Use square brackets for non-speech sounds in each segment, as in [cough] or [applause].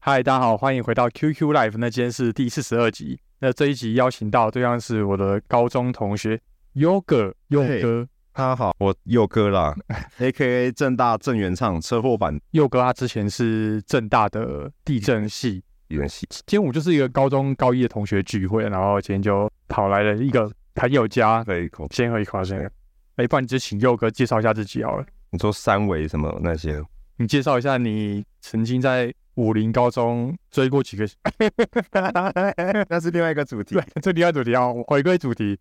嗨，大家好，欢迎回到 QQ Live，那今天是第四十二集。那这一集邀请到的对象是我的高中同学 Yoga 佑嘿哥，他好，我佑哥啦 [laughs] ，A K A 正大郑元畅车祸版佑哥他之前是正大的地震系，原系，今天我们就是一个高中高一的同学聚会，然后今天就跑来了一个朋友家，可以口。先喝一口先。哎，不然你就请佑哥介绍一下自己好了，你说三维什么那些？你介绍一下你曾经在武林高中追过几个 [laughs] [laughs] 那是另外一个主题对，这第二主题啊，我回归主题，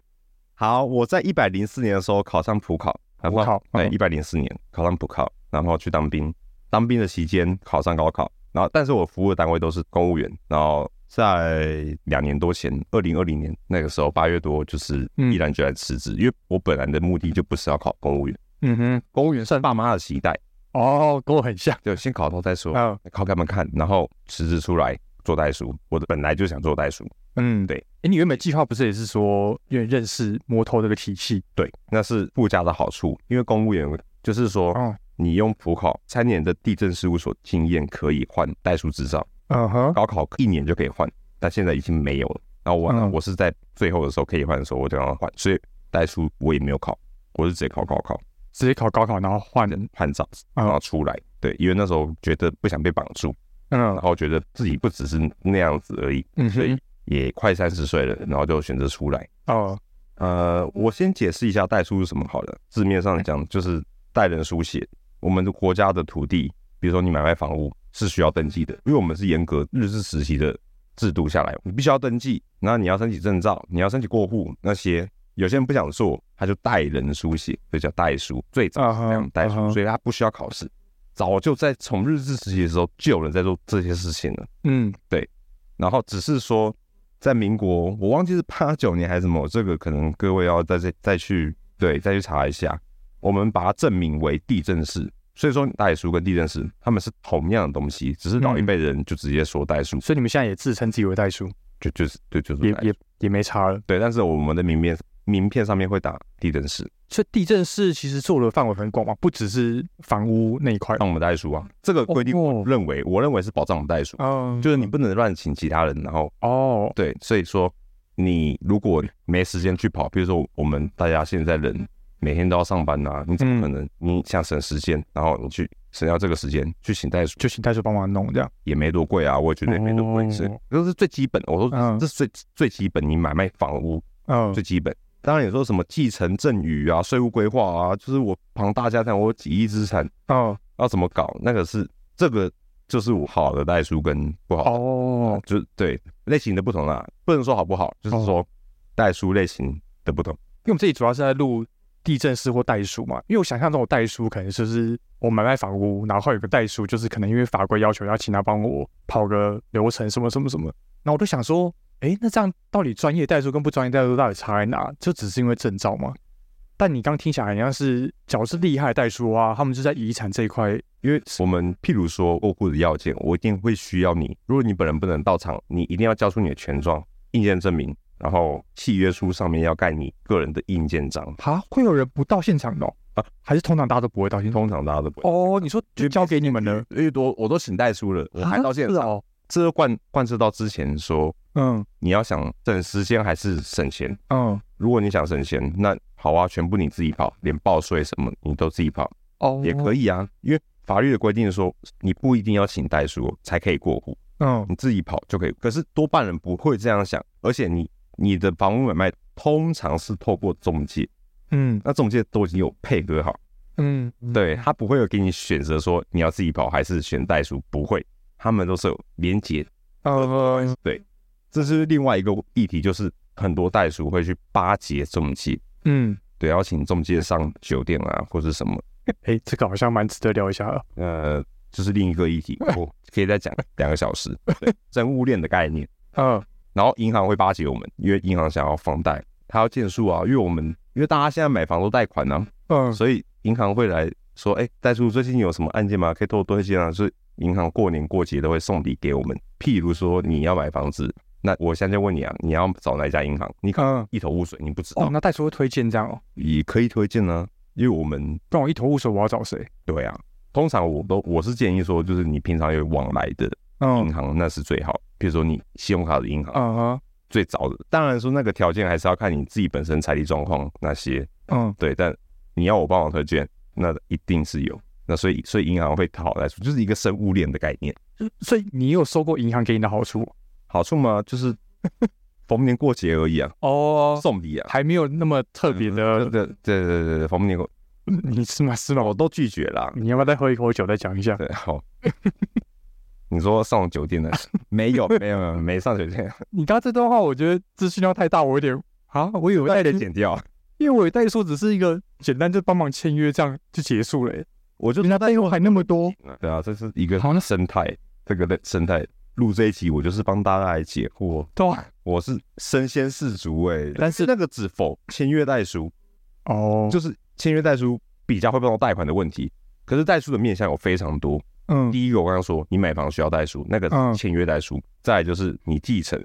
好，我在一百零四年的时候考上普考，然后普考对，嗯哎一百零四年考上普考，然后去当兵。当兵的期间考上高考，然后但是我服务的单位都是公务员，然后在两年多前，二零二零年那个时候八月多，就是嗯毅然决然辞职，因为我本来的目的就不是要考公务员，嗯哼，公务员算爸妈的期待，哦，跟我很像，就先考到再说。嗯靠他们看，然后辞职出来做代书。我的本来就想做代书，嗯，对。哎，你原本计划不是也是说，因为认识摩托这个体系，对，那是附加的好处，因为公务员就是说，哦你用普考三年的地震事务所经验可以换代书执照，嗯哼，高考一年就可以换，但现在已经没有了。然后我、嗯我是在最后的时候可以换的时候，我就要换，所以代书我也没有考，我是直接考高考直接考高考，然后换，换照，嗯然后出来。对，因为那时候觉得不想被绑住，然嗯后觉得自己不只是那样子而已，嗯所以哼，也快三十岁了，然后就选择出来。哦，呃，我先解释一下代书是什么好了。字面上讲就是代人书写。我们的国家的土地，比如说你买卖房屋是需要登记的，因为我们是严格日治时期的制度下来，你必须要登记，然后你要申请证照，你要申请过户那些。有些人不想做，他就代人书写，所以叫代书。最早啊是这样哈代啊书，哈所以他不需要考试。早就在从日治时期的时候就有人在做这些事情了。嗯然后只是说，在民国，我忘记是八九年还是什么，这个可能各位要再再再去对再去查一下。我们把它证明为地震式，所以说代书跟地震式他们是同样的东西，只是老一辈人就直接说代书，所以你们现在也自称自己为代书，就就是对就是也代也也没差了。对，但是我们的名片名片上面会打地震式，所以地震是其实做的范围很广嘛，不只是房屋那一块，那我们代书啊，这个规定哦我认为我认为是保障我们代书，嗯，就是你不能乱请其他人，然后哦，对，所以说你如果没时间去跑，比如说我们大家现在人每天都要上班呐、啊你怎嗯么可能？你想省时间，然后你去省掉这个时间去请代书，就请代书帮忙弄这样，也没多贵啊，我也觉得也没多贵，哦是、这是最基本的。我说嗯这是最、最基本，你买卖房屋嗯最基本。当然，有说什么继承赠与啊、税务规划啊，就是我庞大家产，我有几亿资产哦要怎么搞？那个是这个就是我好的代书跟不好的哦，就是对类型的不同啦，不能说好不好，就是说代书类型的不同。因为我们这里主要是在录地震师或代书嘛，因为我想象中的代书可能就是我买卖房屋，然后有个代书，就是可能因为法规要求要请他帮我跑个流程什么什么什么，那我就想说，诶，那这样到底专业代书跟不专业代书到底差在哪？就只是因为证照吗？但你刚听起来好像是，假如是厉害的代书啊，他们就在遗产这一块，因为我们譬如说过户的要件，我一定会需要你。如果你本人不能到场，你一定要交出你的权状、印鉴证明，然后契约书上面要盖你个人的印鉴章。哈，会有人不到现场的哦、啊还是通常大家都不会到现场？通常大家都不会。哦，你说就交给你们了，因为多我都请代书了，我还到现啊是场，哦，这就贯贯彻到之前说，嗯你要想省时间还是省钱，嗯，如果你想省钱，那好啊，全部你自己跑，连报税什么你都自己跑。哦，也可以，以啊，因为法律的规定说，你不一定要请代书哦才可以过户，嗯你自己跑就可以。可是多半人不会这样想，而且你你的房屋买卖通常是透过中介，嗯那中介都已经有配合好，嗯，嗯对他不会有给你选择说你要自己跑还是选代书，不会，他们都是有连结。呃，这是另外一个议题，就是很多代书会去巴结中介，嗯，对，要请中介上酒店啊或者什么，哎、这个好像蛮值得聊一下的。呃，这是另一个议 [laughs] 题，我可以再讲两个小时。对人物链的概念，嗯然后银行会巴结我们，因为银行想要放贷，它要建数啊，因为我们因为大家现在买房都贷款啊，嗯所以银行会来说，哎、代叔最近有什么案件吗？可以多多一些啊，就是银行过年过节都会送礼给我们。譬如说你要买房子，那我现在就问你啊，你要找哪一家银行？你可能嗯，一头雾水，你不知哦道，，那代叔会推荐这样哦，也可以推荐呢、因为我们不然我一头雾水，我要找谁？对啊，通常我都我是建议说，就是你平常有往来的嗯银行那是最好。比如说你信用卡的银行嗯哼最早的，当然说那个条件还是要看你自己本身财力状况那些，嗯，对。但你要我帮忙推荐，那一定是有。那所以所以银行会讨好来说，就是一个生物链的概念。所以你有收过银行给你的好处吗好处嘛，就是逢年过节而已啊，哦，嗯送礼啊，还没有那么特别对的，对对对对对，逢年过 [laughs] 你是吗？是吗？我都拒绝啦。你要不要再喝一口酒再讲一下？对，好。你说上酒店的没有没有没有没上酒店，你刚刚这段话，我觉得资讯量太大，我有点啊，我以为带代着理，剪掉。因为我以为代理说只是一个简单就帮忙签约这样就结束了、欸，我就原来背后还那么多。对啊，这是一个嗯好那生态，这个的生态。录这一集，我就是帮大家来解惑，对啊我是身先士卒哎、但是那个只否签约代书，哦，就就是签约代书比较会碰到贷款的问题。可是代书的面向有非常多，嗯第一个我刚刚说，你买房需要代书，那个嗯是签约代书，再来就是你继承，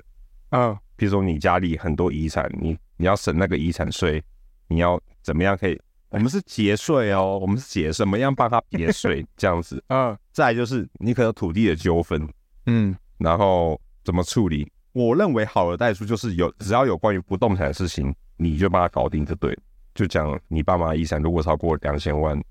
嗯比如说你家里很多遗产，你你要省那个遗产税，你要怎么样可以？我们是节税哦，我们是节什么样帮他 [laughs] 节税这样子。嗯再来就是你可能有土地的纠纷，嗯然后怎么处理？我认为好的代书就是有只要有关于不动产的事情，你就帮他搞定就对了。就讲你爸妈遗产如果超过两千万，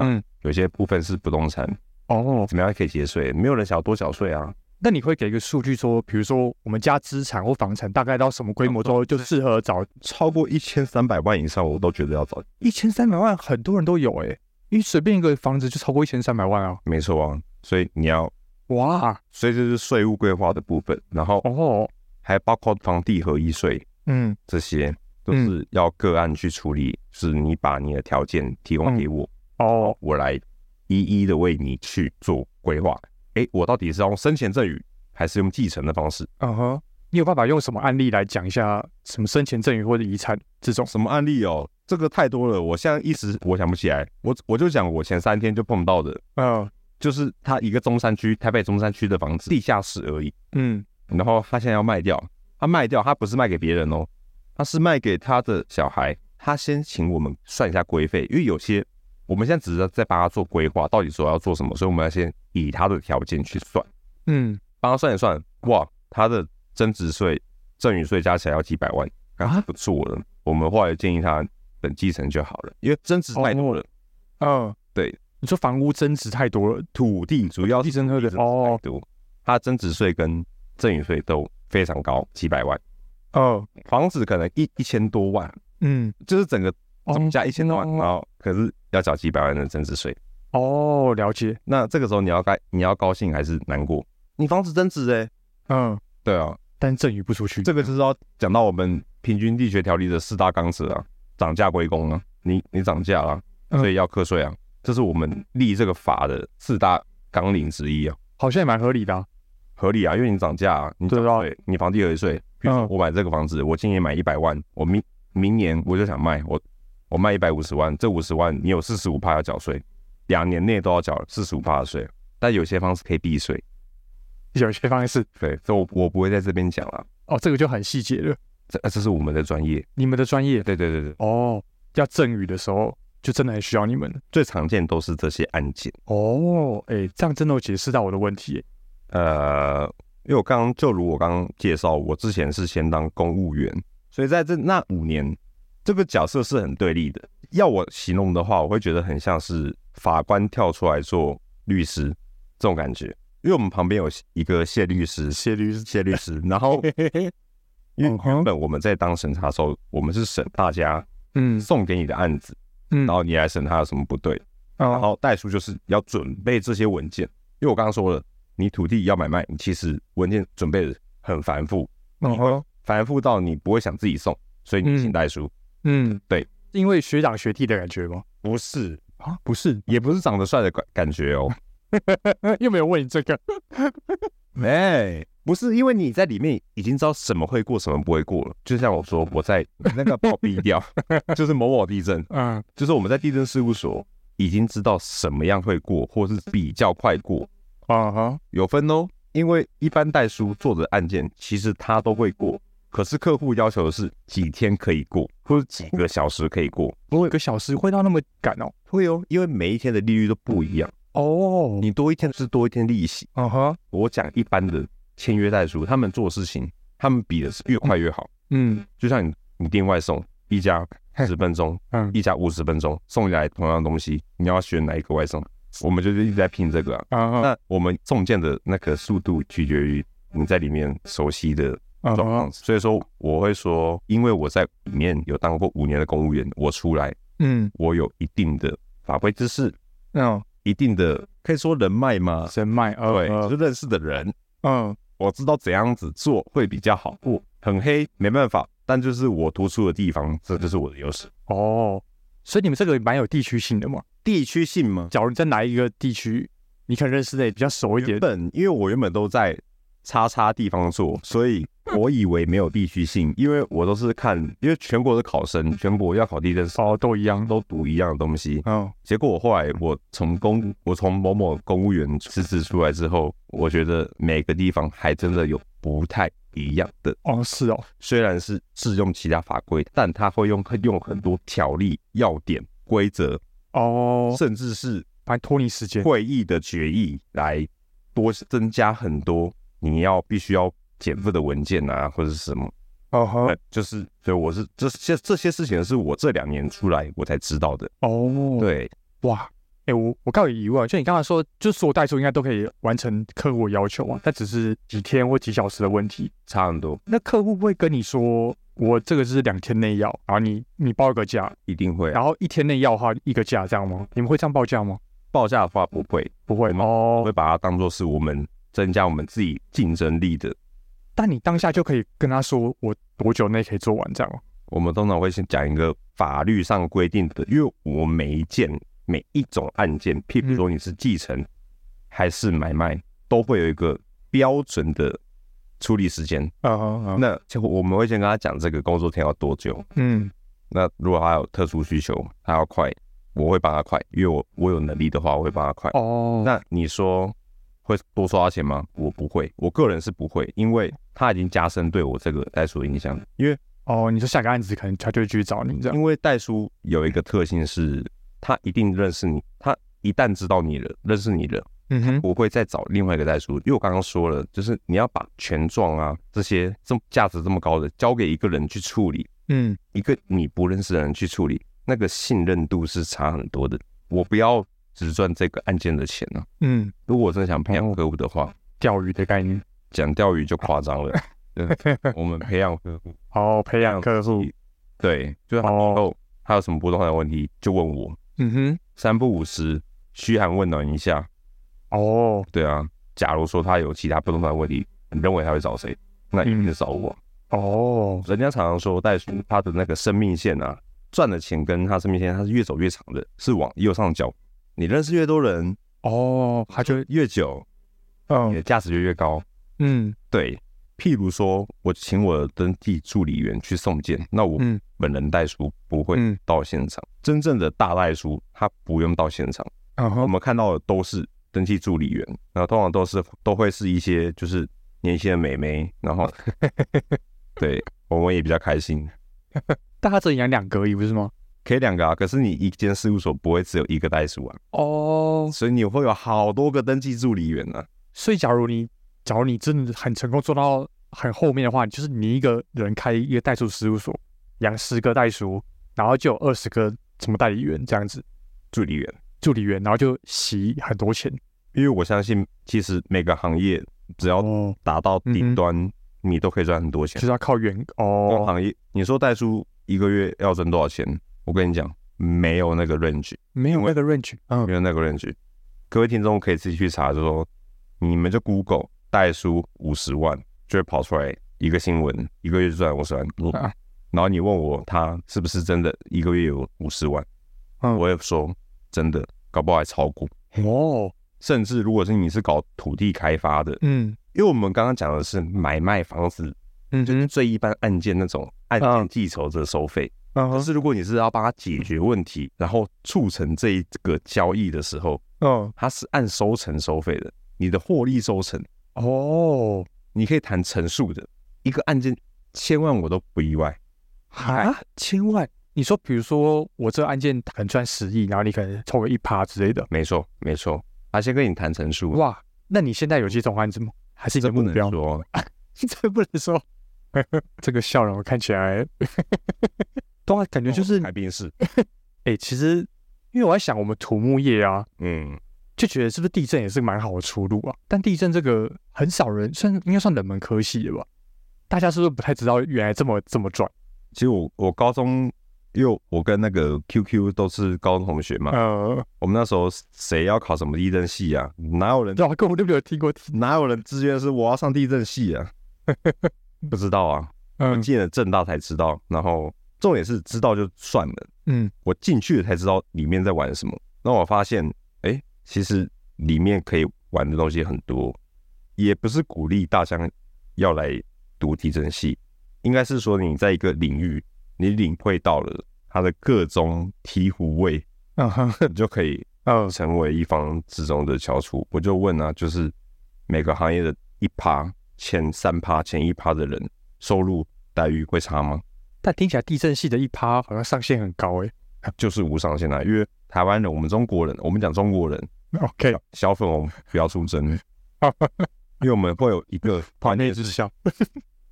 嗯，有些部分是不动产，哦，怎么样可以节税？没有人想要多缴税啊。那你会给一个数据说，比如说我们家资产或房产大概到什么规模之后就适合找超过一千三百万以上，我都觉得要找。一千三百万，很多人都有哎、欸，因为随便一个房子就超过一千三百万啊，没错啊，所以你要，哇所以这是税务规划的部分，然后哦，还包括房地合一税嗯这些，都是要个案去处理。是你把你的条件提供给我，哦我来一一的为你去做规划。诶，我到底是要用生前赠与，还是用继承的方式？嗯哼，你有办法用什么案例来讲一下什么生前赠与或者遗产这种？什么案例哦？这个太多了，我现在一时我想不起来。我我就讲我前三天就碰到的，嗯就是他一个中山区，台北中山区的房子，地下室而已。嗯然后他现在要卖掉，他卖掉，他不是卖给别人哦，他是卖给他的小孩。他先请我们算一下规费，因为有些我们现在只是在帮他做规划，到底说要做什么，所以我们要先以他的条件去算，嗯，帮他算一算，哇，他的增值税、赠与税加起来要几百万啊，不错了。我们后来建议他等继承就好了，因为增值哦太多了，嗯，对，你说房屋增值太多了，土地主要是地震特的增值太哦，多，他增值税跟赠与税都非常高，几百万。哦，房子可能一一千多万，嗯，就是整个总价哦一千多万，然后可是要缴几百万的增值税。哦，了解，那这个时候你要该你要高兴还是难过？你房子增值哎、嗯，对啊，但赠与不出去，这个就是要讲到我们平均地学条例的四大纲旨啊，涨价归公啊，你你涨价了，嗯所以要课税啊，这是我们立这个法的四大纲领之一啊，好像也蛮合理的啊、合理啊，因为你涨价啊，你涨对啊税，你房地合一税，比如嗯说我买这个房子，我今年买一百万，我明明年我就想卖，我我卖一百五十万，这五十万你有四十五趴要缴税，两年内都要缴四十五趴的税，但有些方式可以避税，有些方面是对，所以我我不会在这边讲了，哦，这个就很细节了，这这是我们的专业，你们的专业对对对对，哦，要赠与的时候就真的很需要你们了最常见都是这些案件，哦，哎，这样真的有解释到我的问题耶，呃，因为我刚刚就如我刚刚介绍，我之前是先当公务员，所以在这那五年，这个角色是很对立的。要我形容的话，我会觉得很像是法官跳出来做律师这种感觉，因为我们旁边有一个谢律师，谢律师，谢律师，然后嘿嘿嘿，因为嗯哼原本我们在当审查的时候，我们是审大家嗯送给你的案子，嗯，然后你来审他有什么不对，然哦后代书就是要准备这些文件，因为我刚刚说了，你土地要买卖，你其实文件准备的很繁复，嗯哼繁复到你不会想自己送，所以你请代书。嗯，对，因为学长学弟的感觉吗？不是，啊，不是，也不是长得帅的感感觉哦， [laughs] 又没有问你这个， [laughs] 哎，不是，因为你在里面已经知道什么会过，什么不会过了。就像我说，我在那个爆逼掉， [laughs] 就是某某地震，嗯就是我们在地震事务所已经知道什么样会过，或是比较快过，啊哈，有分哦，因为一般代书做的案件，其实他都会过，可是客户要求的是几天可以过，或者几个小时可以过。我有个小时会到那么赶哦，会哦，因为每一天的利率都不一样，哦，你多一天是多一天利息。嗯哼，我讲一般的签约代书，他们做事情，他们比的是越快越好。嗯就像你你订外送，一家十分钟，嗯，一家五十分钟，送你来同样的东西，你要选哪一个外送？我们就是一直在拼这个啊。啊那我们中箭的那个速度取决于你在里面熟悉的啊状况，所以说我会说，因为我在里面有当过五年的公务员，我出来嗯我有一定的法规知识，嗯，一定的可以说人脉吗？人脉，呃对，呃就是认识的人，嗯我知道怎样子做会比较好。我很黑，没办法，但就是我突出的地方，这就是我的优势。哦，所以你们这个蛮有地区性的嘛。地区性吗？假如你在哪一个地区，你可能认识的也比较熟一原点，本因为我原本都在叉叉地方做，所以我以为没有地区性，因为我都是看，因为全国的考生，全国要考地震师哦，都一样，都读一样的东西。嗯结果我后来我从公我从某某公务员辞职出来之后，我觉得每个地方还真的有不太一样的。哦是哦，虽然是适用其他法规，但他会用用很多条例、要点、规则，哦，甚至是反正拖你时间，会议的决议来多增加很多你要必须要减负的文件啊，或者是什么，哦呵呃，就是所以我是这些这些事情是我这两年出来我才知道的。哦，对，哇，哎、我我刚有疑问，就你刚才说，就所有代数应该都可以完成客户的要求嗯啊，那只是几天或几小时的问题。差很多，那客户会跟你说，我这个是两天内要，然后你你报一个价，一定会、啊。然后一天内要的话一个价这样吗？你们会这样报价吗？报价的话不会，不会我们我哦会，把它当做是我们增加我们自己竞争力的。但你当下就可以跟他说，我多久内可以做完这样哦。我们通常会先讲一个法律上规定的，因为我每一件每一种案件，譬如说你是继承还是买卖，都会有一个标准的处理时间。嗯嗯嗯那就我们会先跟他讲这个工作天要多久。嗯那如果他有特殊需求，他要快，我会帮他快，因为我我有能力的话，我会帮他快。哦，那你说会多收他钱吗？我不会，我个人是不会，因为他已经加深对我这个代数的影响。因为哦，你说下个案子可能他就会继续找你这样。因为代书有一个特性是，他一定认识你，他一旦知道你了，认识你了，嗯哼，不会再找另外一个代书。因为我刚刚说了，就是你要把权状啊这些这么价值这么高的交给一个人去处理，嗯一个你不认识的人去处理，那个信任度是差很多的。我不要只赚这个案件的钱啊！嗯，如果我真的想培养客户的话，钓鱼的概念。讲钓鱼就夸张了。对，我们培养客户，哦，培养客户。哦对，就是他以后他有什么不动产的问题就问我，嗯哼，三不五时嘘寒问暖一下。哦，对啊，假如说他有其他不动产的问题，你认为他会找谁？那一定是找我。哦，人家常常说，袋鼠它的那个生命线啊，赚的钱跟它生命线它是越走越长的，是往右上角。你认识越多人，哦，他就越久，你嗯的价值就越高。嗯对，譬如说我请我的登记助理员去送件，那我嗯本人代书不会嗯，到现场。真正的大代书他不用到现场，然我后们看到的都是登记助理员，然后通常都是都会是一些就是年轻的美眉，[laughs] 然后对我们也比较开心。但他只能养两个而已，不是吗？可以两个啊，可是你一间事务所不会只有一个代书啊，哦，所以你会有好多个登记助理员啊。所以假如你假如你真的很成功做到很后面的话，就是你一个人开一个代数事务所，养十个代数，然后就有二十个什么代理员这样子，助理员，助理员，然后就洗很多钱。因为我相信，其实每个行业只要哦，达到嗯哼顶端，你都可以赚很多就钱。是要靠员光哦，行业，你说代书一个月要赚多少钱？我跟你讲，没有那个 range，没有那个 range，嗯没有那个 range。各位听众可以自己去查，就说你们就 Google 代书五十万，就会跑出来一个新闻，一个月就赚五十万。啊然后你问我他是不是真的一个月有五十万，嗯我也说真的，搞不好还超过。哦，甚至如果是你是搞土地开发的，嗯因为我们刚刚讲的是买卖房子，嗯就是嗯最一般案件那种案件计酬的收费。但嗯是如果你是要帮他解决问题，然后促成这一个交易的时候，嗯它是按收成收费的，你的获利收成，哦，你可以谈成数的一个案件，千万我都不意外。啊，千万！你说，比如说我这个案件可能赚十亿，然后你可能抽个一趴之类的，没错，没错，他先跟你谈陈述，哇，那你现在有接这种案子吗？还是你这的不目能标？说。 [laughs] 这不能说。这个笑容看起 [laughs] 来，对啊，感觉就是海滨 [laughs] 市，哎、其实因为我在想，我们土木业啊，嗯，就觉得是不是地震也是蛮好的出路啊？但地震这个很少人，算应该算冷门科系了吧？大家是不是不太知道原来这么这么转？其实我我高中，因为我跟那个 QQ 都是高中同学嘛，呃，我们那时候谁要考什么地震系啊？哪有人对啊，根本就没有听过。哪有人志愿是我要上地震系啊？ [laughs] 不知道啊，我嗯进了正大才知道。然后重点是知道就算了，嗯，我进去了才知道里面在玩什么。那我发现，哎、其实里面可以玩的东西很多，也不是鼓励大家要来读地震系，应该是说你在一个领域，你领会到了它的各种醍醐味，嗯哼，你就可以嗯成为一方之中的翘楚。我就问啊，就是每个行业的一趴、前三趴、前一趴的人，收入待遇会差吗？但听起来地震系的一趴好像上限很高哎、就是无上限啊！因为台湾人，我们中国人，我们讲中国人， OK，小粉红不要出征，因为我们会有一个团观内念之是笑，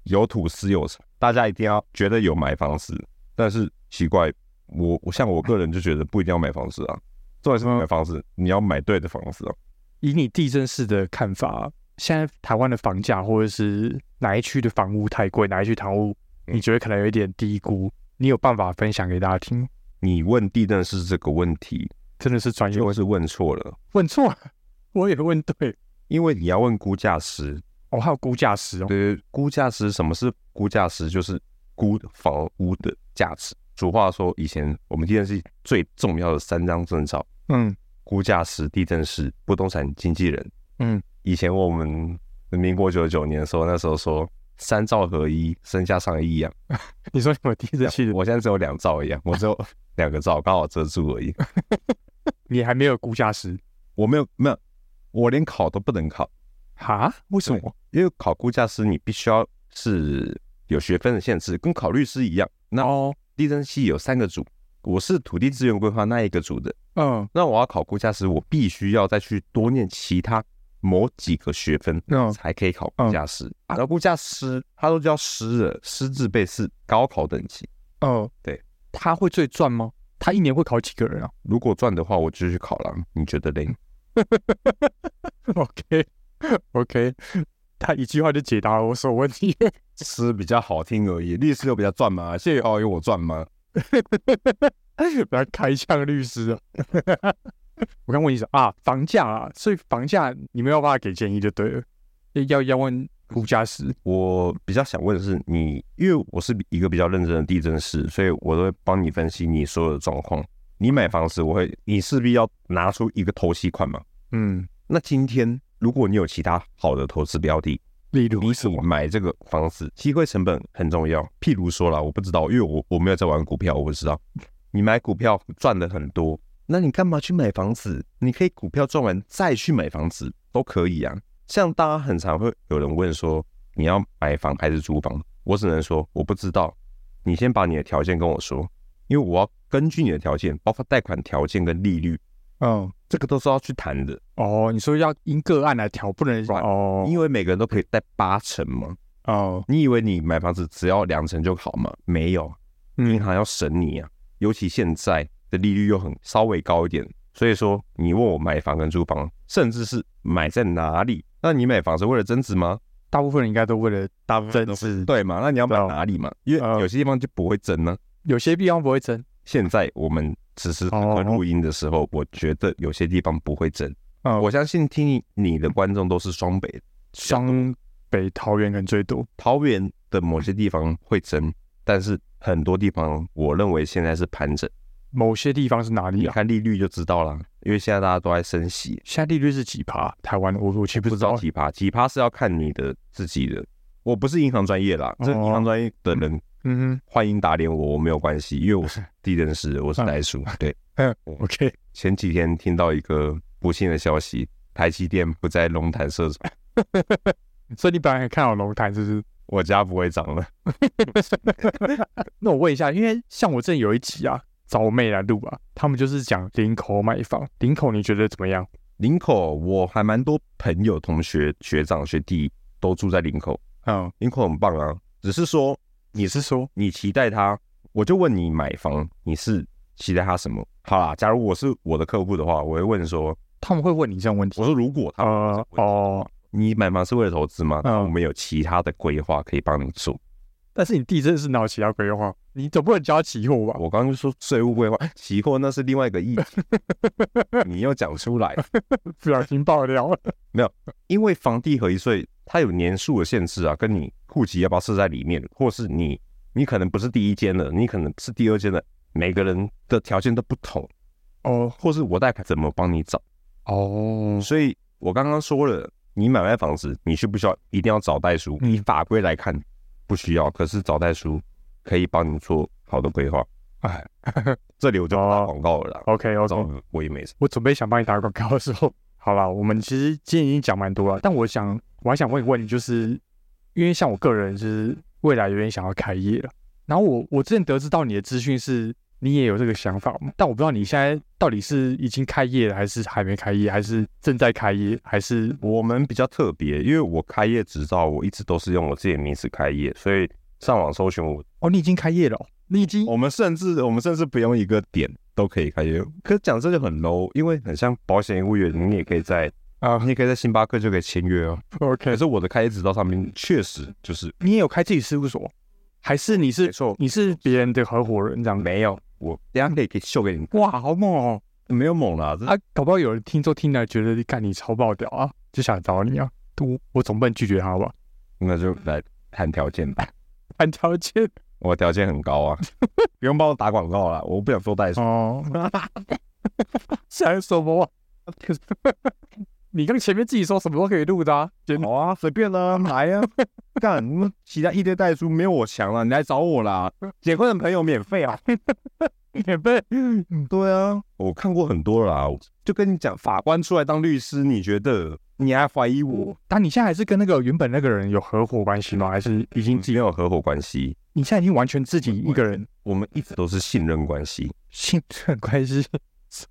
有土司有财，大家一定要觉得有买房子，但是奇怪，我我像我个人就觉得不一定要买房子啊，重点是买房子，你要买对的房子啊。以你地震式的看法，现在台湾的房价或者是哪一区的房屋太贵，哪一区房屋嗯你觉得可能有一点低估，你有办法分享给大家听？你问地震是这个问题，真的是专业就问会是问错了。问错了，我也问对。因为你要问估价师，哦，还有估价师哦，对，估价师什么是估价师？就是估房屋的价值。俗话说，以前我们地震系最重要的三张证照：嗯估价师、地震师、不动产经纪人。嗯，以前我们民国九十九年的时候，那时候说三照合一，身价上 [laughs] 亿啊。你说你们地震系的，我现在只有两照一样，我只有两个照，刚好遮住而 [laughs] 已。你还没有估价师我没有，没有，我连考都不能考。哈？为什么？因为考估价师你必须要是有学分的限制，跟考律师一样。那哦，地震系有三个组，我是土地资源规划那一个组的。嗯那我要考估价师，我必须要再去多念其他某几个学分，嗯才可以考估价师。然后估价师他都叫师了，师字辈是高考等级。嗯，对，他会最赚吗？他一年会考几个人啊如果赚的话，我就去考了。你觉得嘞？ [laughs] ？OK OK，他 [laughs] 一句话就解答了我所有问题。 [laughs] 师比较好听而已，律师又比较赚吗？谢哦，有我赚吗？不要开枪律师啊！ [laughs] 我刚问你说啊，房价啊，所以房价你没有办法给建议就对了，要要问估价师。我比较想问的是你，因为我是一个比较认真的地震师，所以我都会帮你分析你所有的状况。你买房时，我会你势必要拿出一个头期款嘛？嗯，那今天如果你有其他好的投资标的，例如你怎么买这个房子？机会成本很重要。譬如说啦，我不知道，因为我我没有在玩股票，我不知道。你买股票赚的很多，那你干嘛去买房子？你可以股票赚完再去买房子都可以啊。像大家很常会有人问说，你要买房还是租房？我只能说我不知道。你先把你的条件跟我说，因为我要根据你的条件，包括贷款条件跟利率，嗯，这个都是要去谈的。哦，你说要因个案来调，不能 Right 哦因为每个人都可以贷八成嘛，哦，你以为你买房子只要两成就好吗？没有，银嗯行要审你啊，尤其现在的利率又很稍微高一点，所以说你问我买房跟租房，甚至是买在哪里，那你买房是为了增值吗？大部分人应该都为了大增值，嗯对嘛？那你要买对啊哪里嘛？因为嗯有些地方就不会增呢、有些地方不会增。现在我们此时此刻哦录音的时候，我觉得有些地方不会增。嗯我相信听你你的观众都是双北，双北、桃园可能最多。桃园的某些地方会增，但是很多地方我认为现在是盘整。某些地方是哪里你啊？看利率就知道啦，因为现在大家都在升息，现在利率是几趴？台湾我我其实不不知知道道。几趴，几趴是要看你的自己的。我不是银行专业啦，哦这银行专业的人嗯欢迎打脸我，我没有关系，因为我是地震师， [laughs] 我是嗯代数。对，哼，OK， [laughs] 前几天听到一个不幸的消息，台积电不在龙潭设 [laughs] 厂，所以你本来看好龙潭是不是？我家不会涨了。那我问一下，因为像我之前有一集啊，找我妹来录啊，他们就是讲林口买房，林口你觉得怎么样？林口我还蛮多朋友、同学、学长、学弟都住在林口，嗯，林口很棒啊。只是说你你是说你期待它，我就问你买房你是期待它什么？好啦，假如我是我的客户的话，我会问说，他们会问你这样问题？我说如果他呃，哦，你买房是为了投资吗？嗯那我们有其他的规划可以帮你做。但是你地震是哪有其他规划？你总不能教他起货吧？我刚刚就说税务规划，期货那是另外一个议 [laughs] 题，你又讲出来，不小心爆料了。因为房地合一税它有年数的限制啊，跟你户籍要不要设在里面，或是你你可能不是第一间的，你可能是第二间的，每个人的条件都不同， [laughs] 哦或是我贷款怎么帮你找。哦，所以我刚刚说了，你买卖房子，你需不需要一定要找代书？嗯以法规来看，不需要，可是找代书可以帮你做好的规划。哎 [laughs] 哦这里我就不打广告了啦， ，OK 这 OK，种我也没什么。我准备想帮你打广告的时候，好啦，我们其实今天已经讲蛮多了，但我想我还想问一问你，就是因为像我个人就是未来有点想要开业了，然后我我之前得知到你的资讯是你也有这个想法嘛，但我不知道你现在到底是已经开业了，还是还没开业，还是正在开业，还是我们比较特别，因为我开业执照，我一直都是用我自己的名字开业，所以上网搜寻我，哦你已经开业了哦、你已经我们甚至我们甚至不用一个点都可以开业。可是讲这就很 low，因为很像保险业务员，你也可以在啊你也可以在星巴克就可以签约哦。[laughs] 可 OK，是我的开业执照上面确实就是你也有开自己事务所，还是你是没错你是别人的合伙人这样子？没有，我等一下可以给秀给你，哇，好猛哦！没有猛啦，这啊，搞不好有人听众听了觉得干你超爆屌啊，就想找你啊。我我总不能拒绝他吧？那就来谈条件吧。按条件我条件很 [laughs] 高啊，不用帮我打广告啦，我不想做代数。哦， [laughs] 想什么啊？ [laughs] 你刚前面自己说什么都可以录的啊，真的 [laughs] 好啊，随便啦、来啊，干！你们其他一堆代书没有我强了，你来找 [laughs] 我啦。结婚的朋友免费啊。免费。对啊，我看过很多啦，就跟你讲，法官出来当律师，你觉得你还怀疑我？但你现在还是跟那个原本那个人有合伙关系吗？还是已你经自己没有合伙关系，你现在已经完全自己一个人我们一直都是信任关系。信任关系？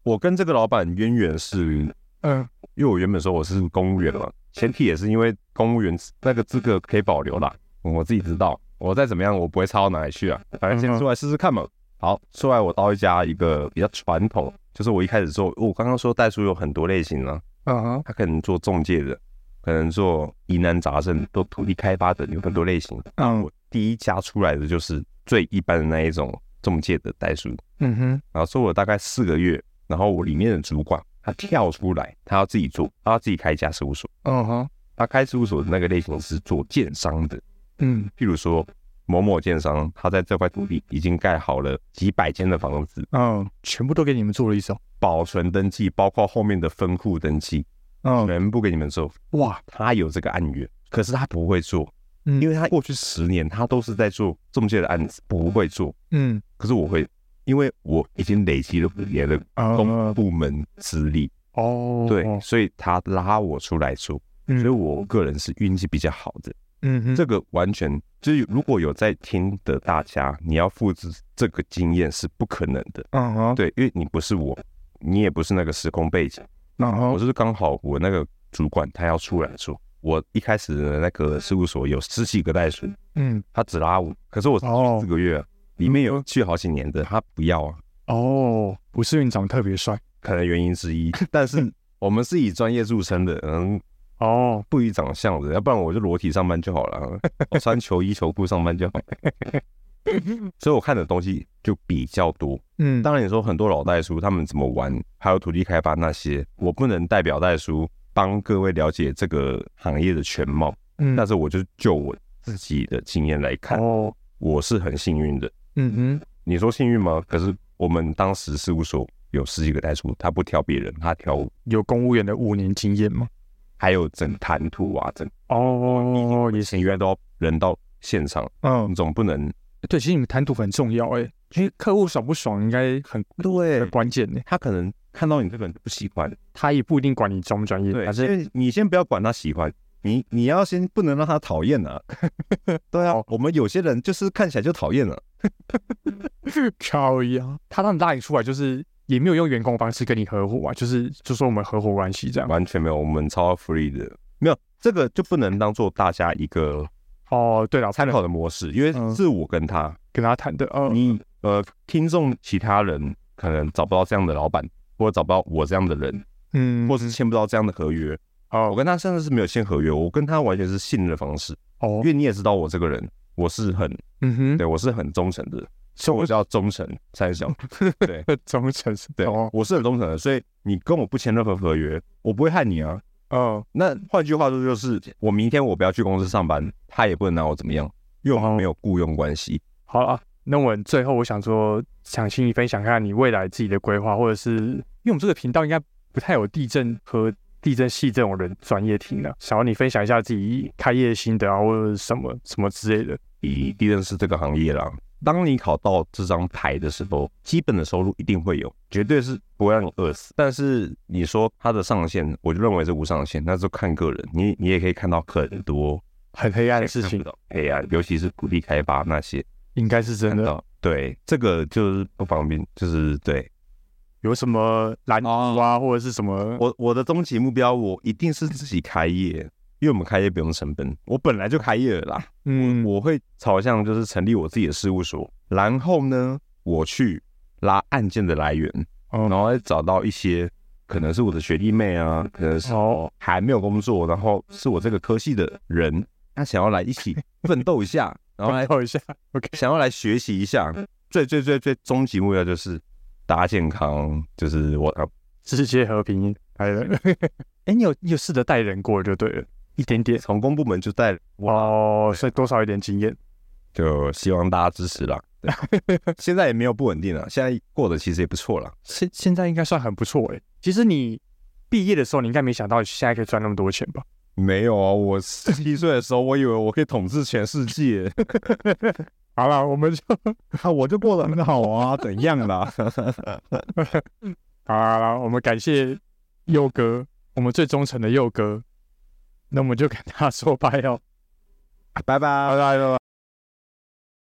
我跟这个老板渊源是嗯，因为我原本说我是公务员嘛，前提也是因为公务员那个资格可以保留啦。我自己知道，我再怎么样我不会差到哪里去啊，反正先出来试试看嘛。好，出来我到一家一个比较传统，就是我一开始做，我刚刚说代书有很多类型啊， [laughs] 嗯哼，他可能做中介的，可能做疑难杂症、做土地开发的，有很多类型。嗯我第一家出来的就是最一般的那一种中介的代书，嗯哼，然后做了大概四个月，然后我里面的主管他跳出来，他要自己做，他要自己开一家事务所。嗯哼，他开事务所的那个类型是做建商的，嗯譬如说某某建商，他在这块土地已经盖好了几百间的房子，嗯，全部都给你们做了一手。保存登记，包括后面的分户登记，嗯，全部给你们做。哇，他有这个案源，可是他不会做，嗯因为他过去十年他都是在做中介的案子，不会做。嗯，可是我会，因为我已经累积了别的公嗯部门资历，哦，对，所以他拉我出来做，嗯所以我个人是运气比较好的。嗯哼，这个完全就是如果有在听的大家，你要复制这个经验是不可能的。嗯哼，对，因为你不是我，你也不是那个时空背景，然我后就是刚好我那个主管他要出来说，我一开始的那个事务所有十几个袋鼠，嗯，他只拉我，可是我哦四个月啊里面有去好几年的，他不要啊，哦，不是因为你长得特别帅可能原因之一。 [laughs] 但嗯是我们是以专业著称的，嗯，哦，不以长相的，要不然我就裸体上班就好了， [laughs] 我穿球衣球裤上班就好。 [laughs] 所以我看的东西就比较多。嗯，当然，你说很多老代书他们怎么玩，还有土地开发那些，我不能代表代书帮各位了解这个行业的全貌，嗯但是我就就我自己的经验来看，哦，我是很幸运的。嗯哼，你说幸运吗？可是我们当时事务所有十几个代书，他不挑别人，他挑我，有公务员的五年经验吗？还有整谈吐啊，整哦，也是，成员都要人到现场。嗯你，总不能对，其实你们谈吐很重要，哎，因为客户爽不爽应该很对很关键呢，他可能看到你这个人不喜欢，他也不一定管你专不专业，还对，但是 [laughs] 是你先不要管他喜欢，你你要先不能让他讨厌啊。 [laughs] 对啊，我们有些人就是看起来就讨厌了，靠呀，他让你拉你出来就是也没有用员工方式跟你合伙啊，就是就说我们合伙关系这样。完全没有，我们超 free 的，没有这个就不能当做大家一个哦，对了，参考的模式，因为嗯是我跟他，跟他谈的，呃，你呃，听众其他人可能找不到这样的老板，或者找不到我这样的人，嗯，或是签不到这样的合约。啊，我跟他甚至是没有签合约，我跟他完全是信任的方式，哦因，为你也知道我这个人，我是很嗯对我是很忠诚的，所以我叫忠诚三 [laughs] 小，对哼， [laughs] 忠诚是对哦，，我是很忠诚的，所以你跟我不签任何合约，我不会害你啊。嗯，那换句话说就是，我明天我不要去公司上班，他也不能拿我怎么样，因为我们没有雇佣关系。好了，那我们最后我想说，想请你分享一下你未来自己的规划，或者是因为我们这个频道应该不太有地震和地震系这种人专业听的，想要你分享一下自己开业心得啊，或者什么什么之类的。以地震师这个行业啦，当你考到这张牌的时候，基本的收入一定会有，绝对是不会让你饿死。但是你说它的上限，我就认为是无上限，那就看个人。你你也可以看到很多很黑暗的事看情不，到黑暗，尤其是土地开发那些，应该是真看的。到对这个就是不方便，就是对 [laughs] 有什么蓝图啊，或者是什么？我我的终极目标，我一定是自己开业，因为我们开业不用成本，我本来就开业了啦。嗯，我会朝向就是成立我自己的事务所，然后呢，我去拉案件的来源，哦然后再找到一些可能是我的学弟妹啊，可能是哦还没有工作，然后是我这个科系的人，他想要来一起奋斗一下，然后来跳一下，OK，想要来学习一下。最最最最终极目标就是大家健康，就是我呃世界和 [laughs] 平来了。哎，你有你有试着带人过就对了，一点点从公部门就带哦，所以多少有点经验。就希望大家支持啦。对现在也没有不稳定了，现在过得其实也不错啦。现现在应该算很不错哎、其实你毕业的时候，你应该没想到现在可以赚那么多钱吧？没有啊，我十七岁的时候，我以为我可以统治全世界，好了，我们就 [laughs] 啊、我就过得很好啊，怎样啦？好啦好啦，我们感谢佑哥，我们最忠诚的佑哥。那我们就跟他说拜哦，拜拜，拜拜。